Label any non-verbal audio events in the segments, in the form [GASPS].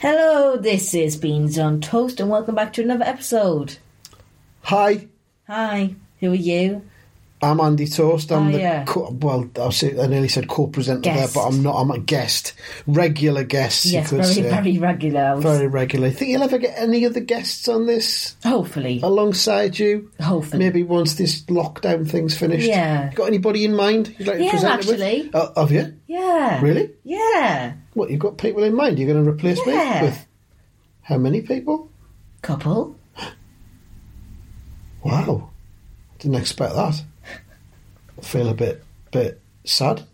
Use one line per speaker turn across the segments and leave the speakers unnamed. Hello, this is Beans on Toast, and welcome back to another episode.
Hi,
Hi, who are you?
I'm Andy Toast. I'm
Oh,
the
yeah.
co- well. I, say, I nearly said co-presenter
Guest.
there, but I'm not. I'm a guest, regular guest.
yes,
you
very,
could say.
[LAUGHS] very regular. I was-
Very regular. Think you'll ever get any other guests on this
Hopefully,
alongside you?
hopefully.
Maybe once this lockdown thing's finished.
Yeah.
You got anybody in mind you'd like to
Yeah,
present it
actually.
With? Uh, have you?
Yeah.
Really?
Yeah.
What, you've got people in mind you're going to replace
Yeah.
me with? How many people?
Couple.
Wow. Didn't expect that. I feel a bit, bit sad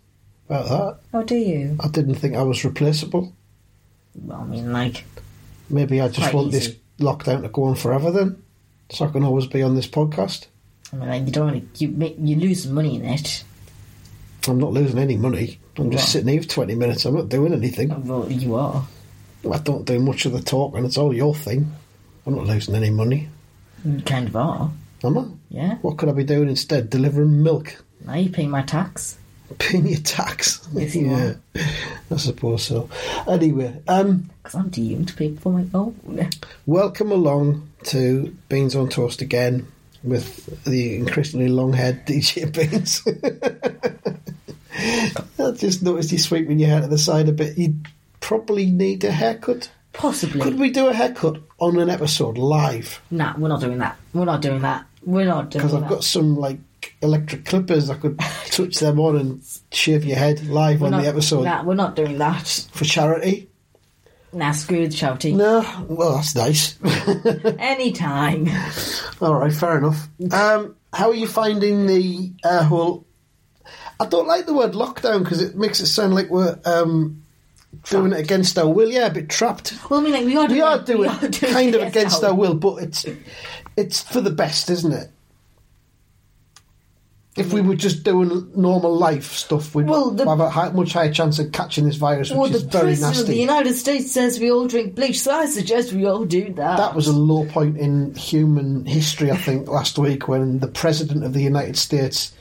about that.
Oh, do you?
I didn't think I was replaceable.
Well, I mean, like,
Maybe I just
Quite
want this
easy.
lockdown to go on forever then, so I can always be on this podcast.
I mean, like you don't really you make, you lose money in it.
I'm not losing any money. I'm just
Right.
sitting here for 20 minutes. I'm not doing anything.
Well, you are.
I don't do much of the talking. It's all your thing. I'm not losing any money,
You kind of are.
am I?
Yeah.
What could I be doing instead? Delivering milk, [LAUGHS]
Now you pay my tax.
paying your tax.
Yes, you
yeah, I suppose so. Anyway, um,
Because I'm too young to pay for my own.
Welcome along to Beans on Toast again with the increasingly long haired [LAUGHS] DJ Beans. I just noticed you sweeping your hair to the side a bit. You probably need a haircut.
Possibly.
Could we do a haircut on an episode live?
Nah, we're not doing that. We're not doing that. We're not doing
Because
that.
I've got some like electric clippers
[LAUGHS]
I could touch them on and shave your head live
we're
on
not,
the episode
Nah, we're not doing that.
for charity.
Nah, screw the shouting.
No, well, that's nice. [LAUGHS]
Anytime. [LAUGHS]
All right, fair enough. Um, how are you finding the uh, whole? I don't like the word lockdown because it makes it sound like we're um, doing it against our will. Yeah, a
[LAUGHS]
bit trapped.
Well, I mean, like, we are doing,
We are doing
we are
it
doing
kind of
it
against our
ourselves.
will, but it's it's for the best, isn't it? If we were just doing normal life stuff, we'd
Well, the-
have a high, much higher chance of catching this virus, which
Well, the
is very
president of the
nasty.
United States says we all drink bleach, so I suggest we all do that.
That was a low point in human history, I think, last week when the President of the United States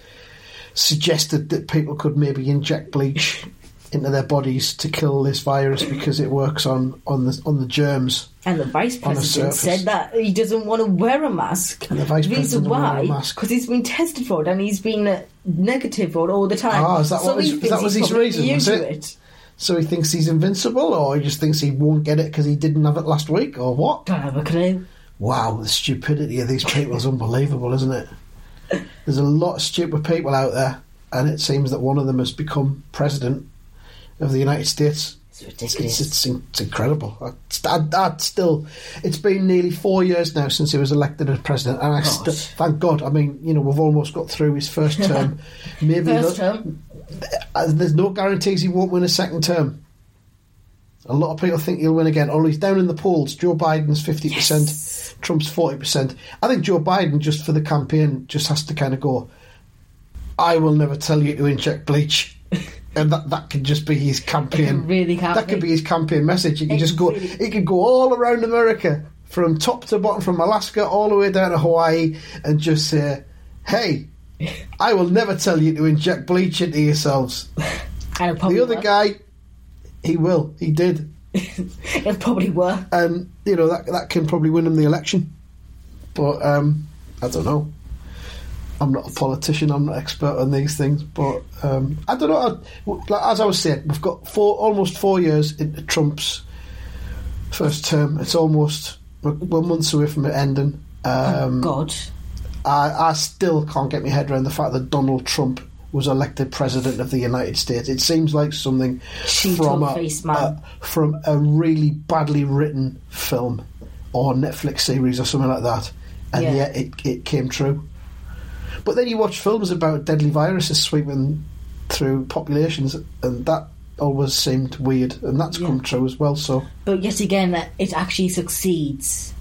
suggested that people could maybe inject bleach into their bodies to kill this virus because it works on, on the on the germs.
and the vice
on the
president
surface.
said that he doesn't want to wear a mask.
the vice
reason
president doesn't
why,
wear a mask.
because he's been tested for it and he's been uh, negative for it all the time.
Ah, is that
so
what
he
was-
thinks
that was
he's
his
probably
reason,
immune
was
to
it? So he thinks he's invincible, or he just thinks he won't get it because he didn't have it last week, or what?
Don't have a clue.
Wow, the stupidity of these people is unbelievable, isn't it? There's a lot of stupid people out there, and it seems that one of them has become president of the United States.
It's ridiculous.
It's, it's, it's incredible. I, I, I still, it's been nearly four years now since he was elected as president, and I st-
Gosh.
thank God. I mean, you know, we've almost got through his first term. Maybe
First
not-
term,
uh, there's no guarantees he won't win a second term. A lot of people think he'll win again. Or he's down in the polls. Joe Biden's fifty percent,
Yes.
Trump's forty percent. I think Joe Biden, just for the campaign, just has to kind of go. I will never tell you to
[LAUGHS]
inject bleach, and that that could just be his campaign.
really can't
that could be his campaign message. He could
It
just go.
really-
He could go all around America, from top to bottom, from Alaska all the way down to Hawaii, and just say, "Hey, I will never tell you to inject bleach into yourselves."
and it probably
the
[LAUGHS]
other
will.
guy, he will, he did,
It'll probably work.
and Um, you know that that can probably win him the election. But um, I don't know. I'm not a politician. I'm not expert on these things, but um, I don't know. I, like, as I was saying, we've got four almost four years into Trump's first term. It's almost we're, we're months away from it ending. Um,
God.
I, I still can't get my head around the fact that Donald Trump was elected president of the United States. It seems like something
She
from
told
a,
face man.
a- from a really badly written film or Netflix series or something like that, and
Yeah.
yet it, it came true. But then you watch films about deadly viruses sweeping through populations, and that always seemed weird, and that's
Yeah.
come true as well. So
But yet again, uh, it actually succeeds.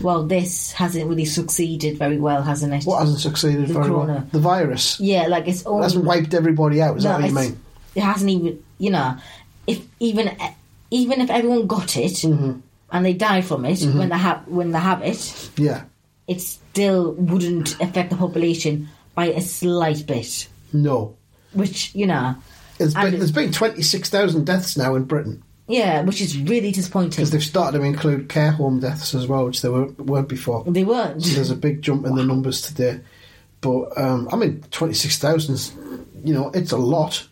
Well, this hasn't really succeeded very well, hasn't it?
what hasn't succeeded
The
very well?
corona.
The virus
Yeah, like it's all.
hasn't wiped everybody out. Is that what you
it's-
mean?
It hasn't even, you know, if even even if everyone got it
Mm-hmm.
and they die from it when they have when they have it,
Yeah.
it still wouldn't affect the population by a slight bit.
No.
Which you know,
There's
And-
been, there's been 26,000 deaths now in Britain.
Yeah, which is really disappointing.
because they've started to include care home deaths as well, which they weren't, weren't before.
They weren't.
So there's a big jump in the numbers today. But um, I mean, twenty six thousand is, you know, it's a lot.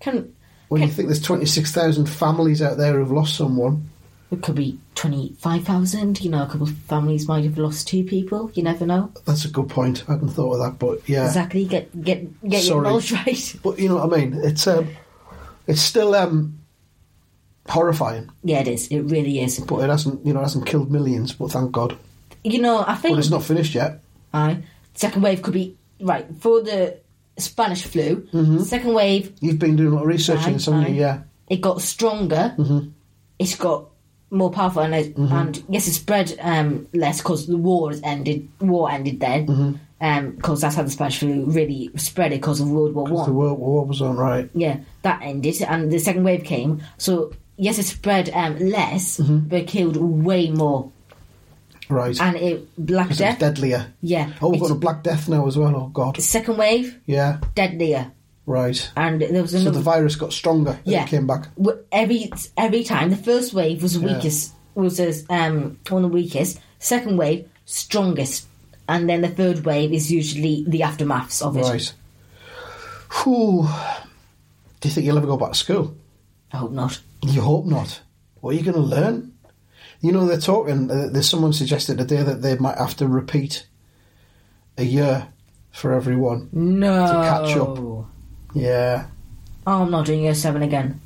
Can
When you think there's twenty six thousand families out there who've lost someone,
it could be twenty five thousand. You know, a couple of families might have lost two people. You never know.
that's a good point. I hadn't thought of that, but yeah.
Exactly. Get get get
Sorry.
your knowledge [LAUGHS] right.
But you know what I mean? It's um, it's still um, horrifying,
Yeah, it is. It really is.
but it hasn't, you know, it hasn't killed millions. But thank God,
You know, I think
but it's not finished yet.
Aye. Second wave could be right for the Spanish flu.
Mm-hmm.
Second wave,
You've been doing a lot of research on
Aye,
this, haven't you?
aye.
Yeah.
it got stronger.
Mm-hmm.
It's got more powerful, and, it, and yes, it spread um, less because the war has ended. War ended then,
Mm-hmm.
because that's how the Spanish flu really spread it because of World War
The
One.
World War was on, right?
Yeah, that ended, and the second wave came. So yes, it spread um, less,
Mm-hmm.
but it killed way more.
Right.
And it Black
Because it was
Death,
deadlier.
yeah,
Oh, we've
it's-
got a Black Death now as well. Oh, God.
second wave
Yeah,
deadlier,
right.
and there was
So
another.
the virus got stronger as
Yeah.
it came back.
w- every every time the first wave was the
Yeah.
weakest was the, um one of the weakest second wave strongest and then the third wave is usually the aftermaths of it
Right. Whew. Do you think you'll ever go back to school?
i hope not
You hope not. What are you going to learn? You know, they're talking, uh, there's someone suggested today that they might have to repeat a year for everyone.
no
catch up. Yeah.
oh i'm not doing year seven again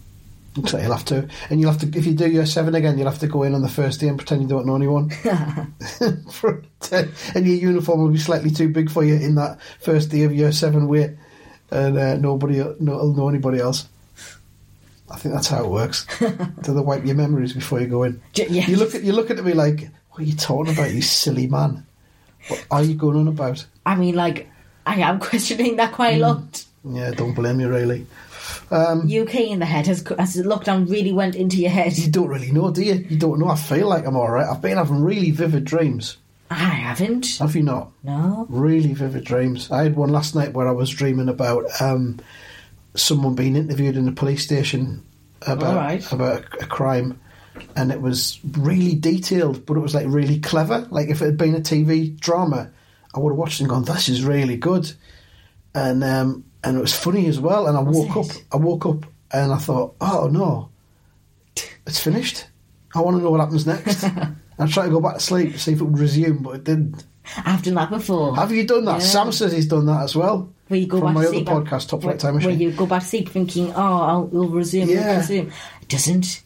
Looks like you'll have to. And you'll have to, if you do year seven again, you'll have to go in on the first day and pretend you don't know anyone. [LAUGHS] For- and your uniform will be slightly too big for you in that first day of year seven way. And uh, nobody no, will know anybody else. I think that's how it works. so they wipe your memories before you go in.
J- yeah.
You look at you looking at me like, what are you talking about, you silly man? What are you going on about?
i mean like i am [LAUGHS] questioning that quite
Mm.
a lot
Yeah, don't blame you really.
uk in the head has, has the lockdown really went into your head
You don't really know, do you? You don't know. I feel like I'm all right. I've been having really vivid dreams.
i haven't
Have you not?
no
Really vivid dreams. I had one last night where I was dreaming about um, someone being interviewed in the police station about
All right.
about a crime, and it was really detailed, but it was like really clever. Like if it had been a TV drama, I would have watched it and gone, "This is really good," and um, and it was funny as well. And I
it?
woke up, I woke up, and I thought, "Oh no, it's finished." I want to know what happens next. I tried to go back to sleep, see if it would resume, but it didn't.
i've done that before
Have you done that?
Yeah.
Sam says he's done that as well.
Where you go
From
back
my
to
other
sleep
podcast, Top
where,
Flight Time
Where
Machine.
you go back to sleep thinking, oh, I'll, we'll resume,
Yeah.
we'll resume. It doesn't.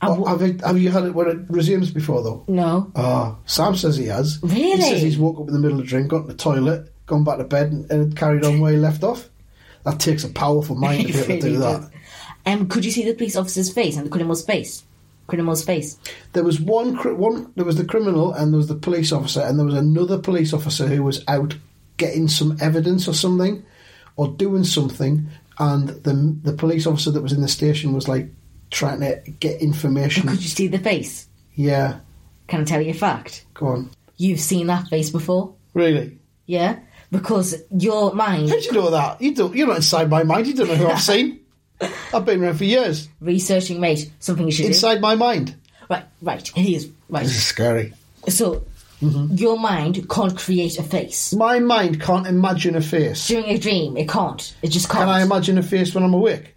I
Oh,
w-
have, you, have you had it where it resumes before though?
no.
Oh, Sam says he has. He
Really?
says he's woke up in the middle of a drink, gone to the toilet, gone back to bed, and, and carried on where he left off. That takes a
[LAUGHS]
powerful mind to
It
be able to do
really
that.
does. Um, could you see the police officer's face and the criminal's face? Criminal's face.
There was one, cri- one. There was the criminal, and there was the police officer, and there was another police officer who was out getting some evidence or something, or doing something. And the the police officer that was in the station was like trying to get information.
Could you see the face?
Yeah,
Can I tell you a fact?
go on.
You've seen that face before,
Really?
yeah? Because your mind
How do you know that? You don't. You're not inside my mind. You don't know who
[LAUGHS]
I've seen. I've been around for years.
researching, mate, something you should
Inside my mind.
do. Right, right. He is right.
This is scary.
So
Mm-hmm.
your mind can't create a face
My mind can't imagine a face.
during a dream. It can't. It just can't.
Can I imagine a face when I'm awake?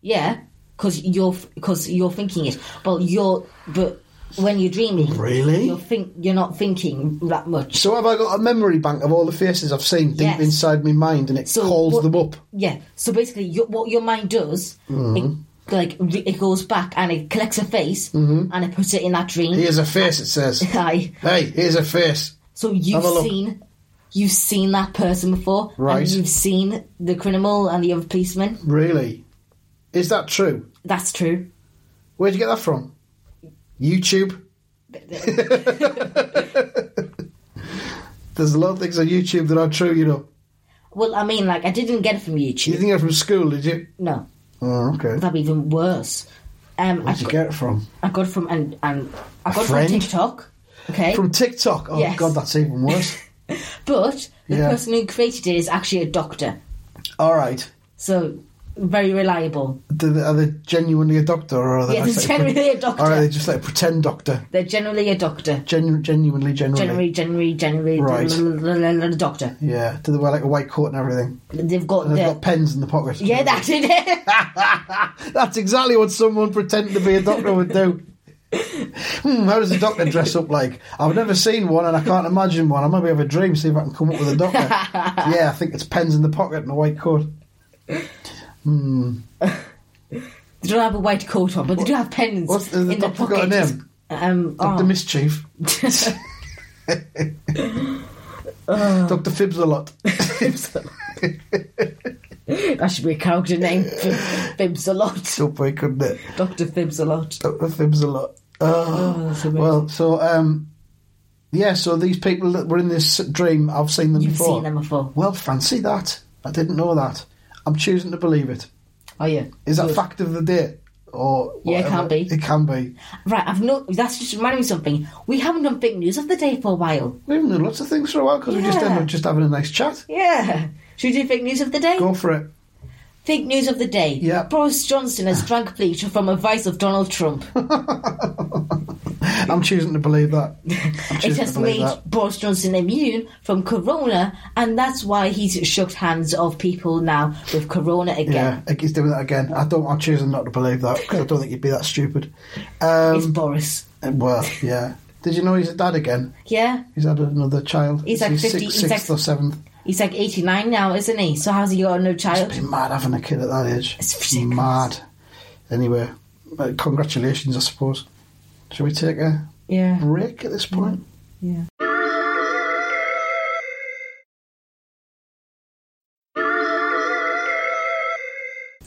Yeah, because you're because you're thinking it, but you're but when you're dreaming,
Really?
you're think you're not thinking that much.
So have I got a memory bank of all the faces I've seen deep
Yes.
inside my mind, and it
So
calls
what-
them up?
Yeah. So basically, your, what your mind does,
Mm-hmm.
it, like re- it goes back and it collects a face and it puts it in that dream.
Here's a face.
[LAUGHS]
It says,
Aye.
"Hey, here's a face."
So you've
Have a look.
seen. You've seen that person before,
Right.
And you've seen the criminal and the other policeman.
Really? Is that true?
That's true.
Where'd you get that from? YouTube. There's a lot of things on YouTube that are true, you know.
Well, I mean, like I didn't get it from
You
YouTube.
didn't get it from school, did you?
No,
Oh, okay.
that'd be even worse. Um, I
Where'd you
got-
get it from?
I got it from and and I got it from
friend?
TikTok. Okay,
From TikTok. Oh
Yes.
God, that's
[LAUGHS]
even worse.
but the
Yeah.
person who created it is actually a doctor.
All right.
So very reliable.
Do they, are they genuinely a doctor, or are they?
Yeah,
just [LAUGHS]
they're
like pre-
generally a doctor.
Or are they just like a pretend doctor?
They're generally a doctor.
Genu- genuinely, generally.
Generally, generally, generally,
Right.
a doctor.
Yeah. Do they wear like a white coat and everything?
They've got
And they've
their.
got pens in the pockets.
Yeah, that's it. [LAUGHS]
That's exactly what someone pretending to be a doctor
[LAUGHS]
would do. Hmm, how does a doctor dress up like? I've never seen one and I can't imagine one. I maybe have a dream, see if I can come up with
[LAUGHS]
a doctor. yeah, I think it's pens in the pocket and a white coat. Hmm.
they don't have a white coat on, but they do have pens
What's the-
in
the
their
doctor got a
pockets.
name?
Um,
Dr.
oh, [LAUGHS]
Mischief. [LAUGHS] Dr. Fibs a lot.
that should be a character name.
[LAUGHS]
Fibs a lot.
So boy, couldn't it?
Doctor Fibs a lot.
Dr. Fibs a lot. Oh,
Oh, that's amazing.
well, so um, yeah, so these people that were in this dream, I've seen them
You've
before.
seen them before.
Well, fancy that. I didn't know that. I'm choosing to believe it.
Oh yeah.
Is that
Good.
fact of the day? Or
Yeah, it can
whatever?
be.
It can be.
Right, I've no. That's just reminded me of something. We haven't done big news of the day for a while.
We've been doing lots of things for a while because we just
Yeah.
ended up just having a nice chat.
Yeah. Should we do fake news of the day?
Go for
[LAUGHS]
it. [LAUGHS]
Fake news of the day.
Yeah.
Boris Johnson has drank bleach from advice of Donald
[LAUGHS]
Trump.
I'm choosing to believe that. I'm
It
choosing to
has
believe
made
that.
Boris Johnson immune from corona, and that's why he's shook hands of people now with corona
Yeah,
again.
I think he's doing that again. I don't. I'm choosing not to believe that because I don't think he'd be that stupid.
It's
Um,
Boris.
well, yeah. Did you know he's a dad again?
Yeah,
He's had another child.
He's like
He's
50
six-
he's like-
sixth or seventh.
he's like 89 now, isn't he? So how's he got no child?
It's mad having a kid at that age.
It's ridiculous.
mad. Anyway, uh, congratulations, I suppose. Shall we take a
Yeah,
break at this
Mm.
point?
yeah.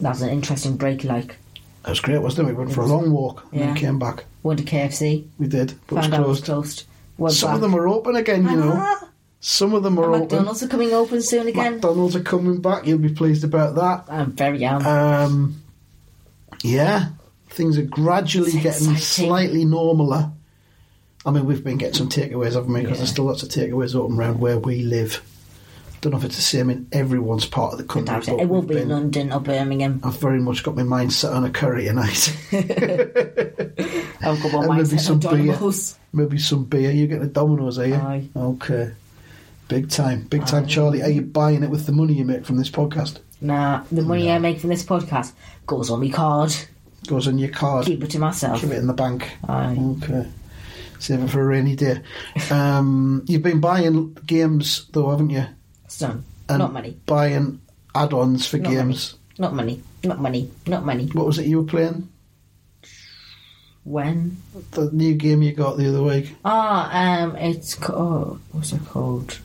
That was an interesting break, like.
It was great, wasn't it? We went for a long walk and then
Yeah.
came back.
Went to KFC,
We did, but
found
it
out it was
was closed.
closed. Went
Some
back.
of them are open again, you know.
Ah,
Some of them are open.
McDonald's are coming open soon again.
McDonald's are coming back. You'll be pleased about that.
I'm very young.
Um, yeah, things are gradually
It's
getting
exciting.
slightly normaler. I mean, we've been getting some takeaways, haven't we? Because
Yeah.
there's still lots of takeaways open around where we live. Don't know if it's the same in everyone's part of the country.
Doubt
but
it. It will
we've
be
been-
London or Birmingham.
I've very much got my mind set on a curry tonight.
I've got one
And there'll be
mindset
some
on
beer.
Domino's.
[LAUGHS] Maybe some beer. You get the Domino's, are you?
Aye.
Okay. Big time, big time, Charlie. Are you buying it with the money you make from this podcast?
Nah, the money I make from this podcast goes on my card.
Goes on your card.
Keep it to myself.
Keep it in the bank.
Aye.
Okay. Save it for a rainy day. Um, you've been buying games though, haven't you?
So,
And
not money.
Buying add-ons for
Not
games.
Not money. Not money. Not money.
What was it you were playing?
When?
The new game you got the other week.
Ah, um, it's called. What's it called?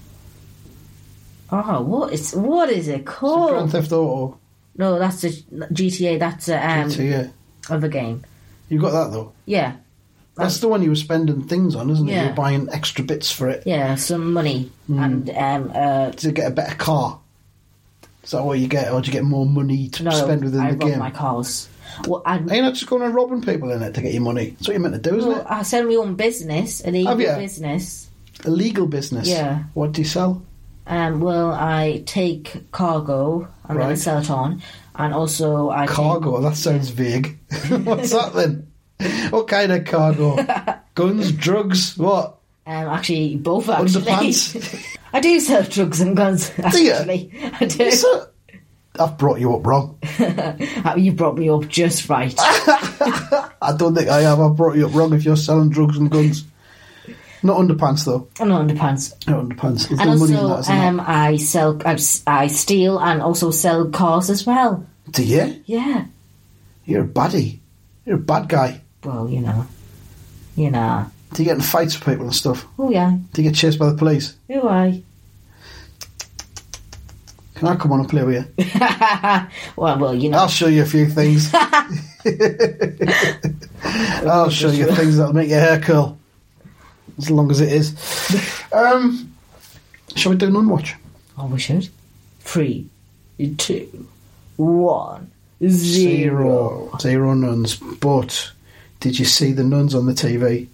Oh, what is what is it
Oh. Grand
called?
Theft Auto.
No, that's a GTA. That's a um,
So, yeah.
other game.
You got that though.
Yeah,
That's the one you were spending things on, isn't it? You
Yeah.
were buying extra bits for it
yeah, some money
Mm.
and um, uh,
to get a better car. Is that what you get, or do you get more money to
no,
spend within
I
the
robbed
game?
my cars. Well, I
Are you not just going around robbing people in it to get your money? That's what you're meant to do, isn't
Well, I sell my own business, an
Have
illegal
you?
business.
it? Illegal business.
Yeah.
What do you sell?
Um, well, I take cargo and then I
Right.
sell it on, and also I take-
Cargo, that sounds vague. [LAUGHS] What's that then? What kind
[LAUGHS]
of cargo? Guns, drugs, what?
um, actually both actually.
Underpants?
[LAUGHS] I do sell drugs and guns.
you?
Actually, [LAUGHS] I do.
[LAUGHS] Is that- I've brought you up wrong. [LAUGHS]
Uh, you brought me up just right.
Ah! I don't think I have. I've brought you up wrong if you're selling drugs and guns. Not underpants, though.
and underpants.
Not underpants. There's
And
no money in
also,
that, is there?
um, I sell, I, s- I steal, and also sell cars as well.
Do you?
Yeah.
You're a baddie. You're a bad guy.
Well, you know, you know.
Do you get in fights with people and stuff?
Oh yeah.
Do you get chased by the police?
Who I?
Can I come on and play with you?
[LAUGHS] well, well, you know.
I'll show you a few things. I'll show you things that'll make your hair curl. As long as it is. Um, shall we do Nun Watch?
Oh, we should. Three, two, one, zero.
Zero. Zero nuns. But did you see the nuns on the TV?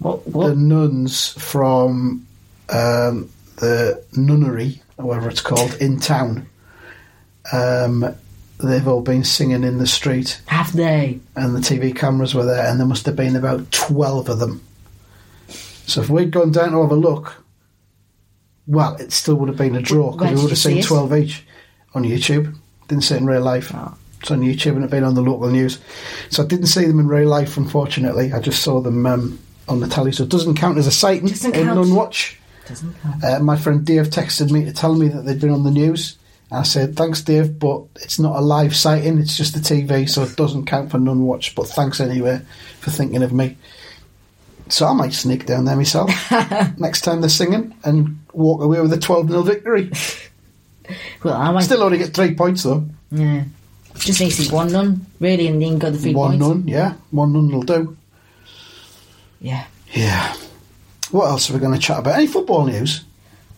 What?
The
What?
nuns from um, the nunnery, or whatever it's called, in town um, they've all been singing in the street,
Have they?
and the TV cameras were there, and there must have been about twelve of them. So if we'd gone down to have a look, well, it still would have been a draw
Where
because
did
we would
you
have
see
seen
it?
twelve each on YouTube. Didn't see it in real life.
Ah.
It's on YouTube and it'd been on the local news. So I didn't see them in real life, unfortunately. I just saw them um, on the telly, so it doesn't count as a sighting
Doesn't
in
count.
Nunwatch.
Doesn't count.
Uh, my friend Dave texted me to tell me that they'd been on the news. I said, thanks, Dave, but it's not a live sighting, it's just the TV, so it doesn't count for none watch. But thanks anyway for thinking of me. So I might sneak down there myself next time they're singing and walk away with a 12 0 victory.
Well, I might.
Still only get three points though.
Yeah. Just needs to be one none, really, and then go the three
One
points.
none, yeah. One none will do.
Yeah.
Yeah. What else are we going to chat about? Any football news?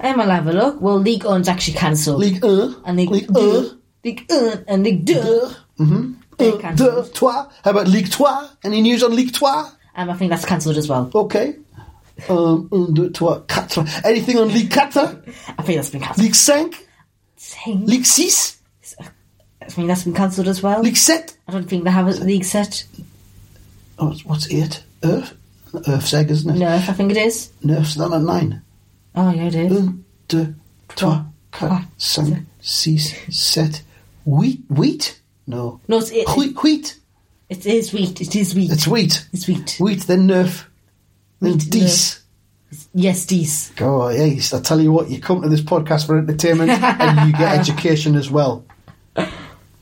Um, I'll have a look. Well, League One's actually cancelled.
League 1.
and League,
League
League
1.
League One and League Deux.
Mm-hmm.
They're
Deux,
cancelled.
trois. How about League 3? Any news on League 3?
Um, I think that's cancelled as well.
Okay. Um, un, deux, trois, quatre. Anything on League 4?
I think that's been cancelled.
League 5?
Same.
League 6?
I think that's been cancelled as well.
League 7?
I don't think they have a league set.
Oh, it's- what's 8? Earth? Earth's egg, isn't it?
Nerf, I think it is.
Nerf's not at 9.
Oh, yeah, it is.
Un, deux, trois, Ah, quatre, cinq, six, sept. Wheat? Wheat? No.
No, it's, it,
Wheat, wheat.
it is wheat. It is wheat.
It's wheat.
It's wheat.
Wheat, then Nerf. Then
Wheat,
Dees.
Yes, these.
Oh, yes. I tell you what, you come to this podcast for entertainment and you [LAUGHS] get education as well.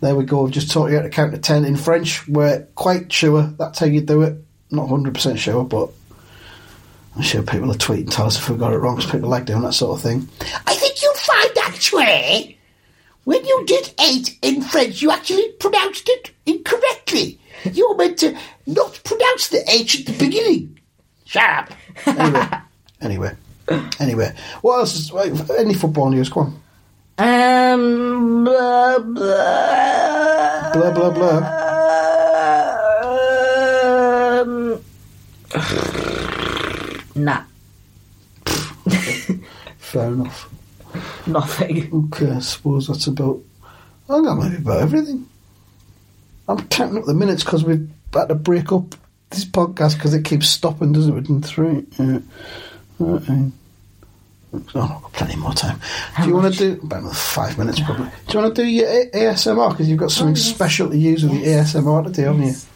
There we go. I've just taught you how to count to 10 in French. We're quite sure that's how you do it. Not 100% sure, but I'm sure people are tweeting tell us if we got it wrong because people like doing that sort of thing. I think you'll find actually when you did 8 in French, you actually pronounced it incorrectly. You were meant to not pronounce the H at the beginning. Shut up. Anyway, anyway, anyway. What else? Is, wait, any football news? Come on.
Um, blah, blah.
Blah blah
Uh,
blah.
Um, nah,
Fair enough.
nothing.
Okay, I suppose that's about. I think that might be about everything. I'm counting up the minutes because we've had to break up this podcast because it keeps stopping, doesn't it? Within three. Uh, Yeah. Okay. Oh, I've got plenty more time. do you want
much?
to do about another five minutes probably? Do you want to do your A- ASMR because you've got something
yes.
special to use with the ASMR today, haven't you?
Yes.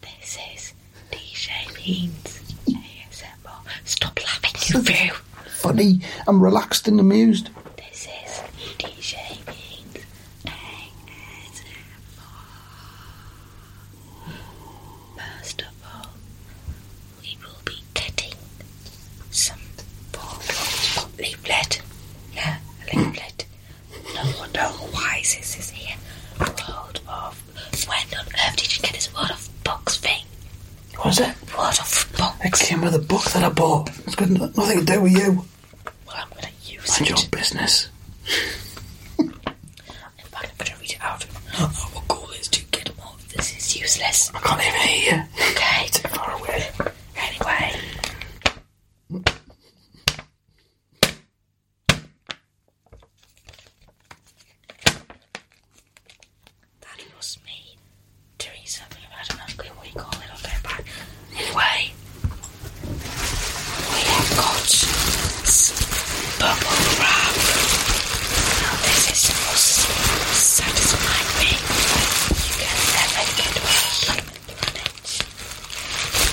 This is DJ Beans ASMR. Stop laughing, [LAUGHS] you fool.
Funny. I'm relaxed and amused.
This is DJ Beans.
First of all, we will be getting some form of leaflet. Yeah, a leaflet. No wonder why this is here. World of. When on earth did you get this World of Books thing?
What was it?
World of Books.
It came with a book that I bought. It's got no- nothing to do with you.
Well, I'm gonna use it.
Mind your business.
In fact, I'm gonna read it out. [GASPS] Our goal is to get more. This is useless.
I can't even hear you.
Okay.
Far away.
Anyway. That was me doing something. I don't know what you call it on there, but anyway, we have got s- bubble wrap. Now this is the most satisfying thing you can ever get away on the planet.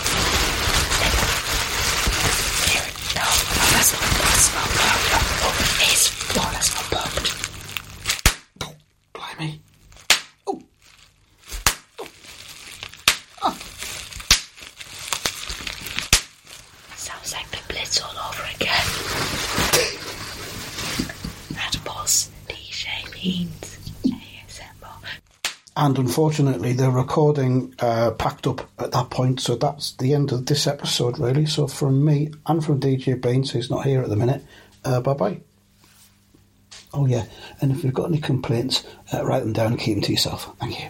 Blimey.
Sounds like the Blitz all over again. That was DJ Beans ASMR.
And unfortunately, the recording uh, packed up at that point, so that's the end of this episode, really. So, from me and from DJ Beans, who's not here at the minute, uh, bye bye. Oh, yeah, and if you've got any complaints, uh, write them down and keep them to yourself. Thank you.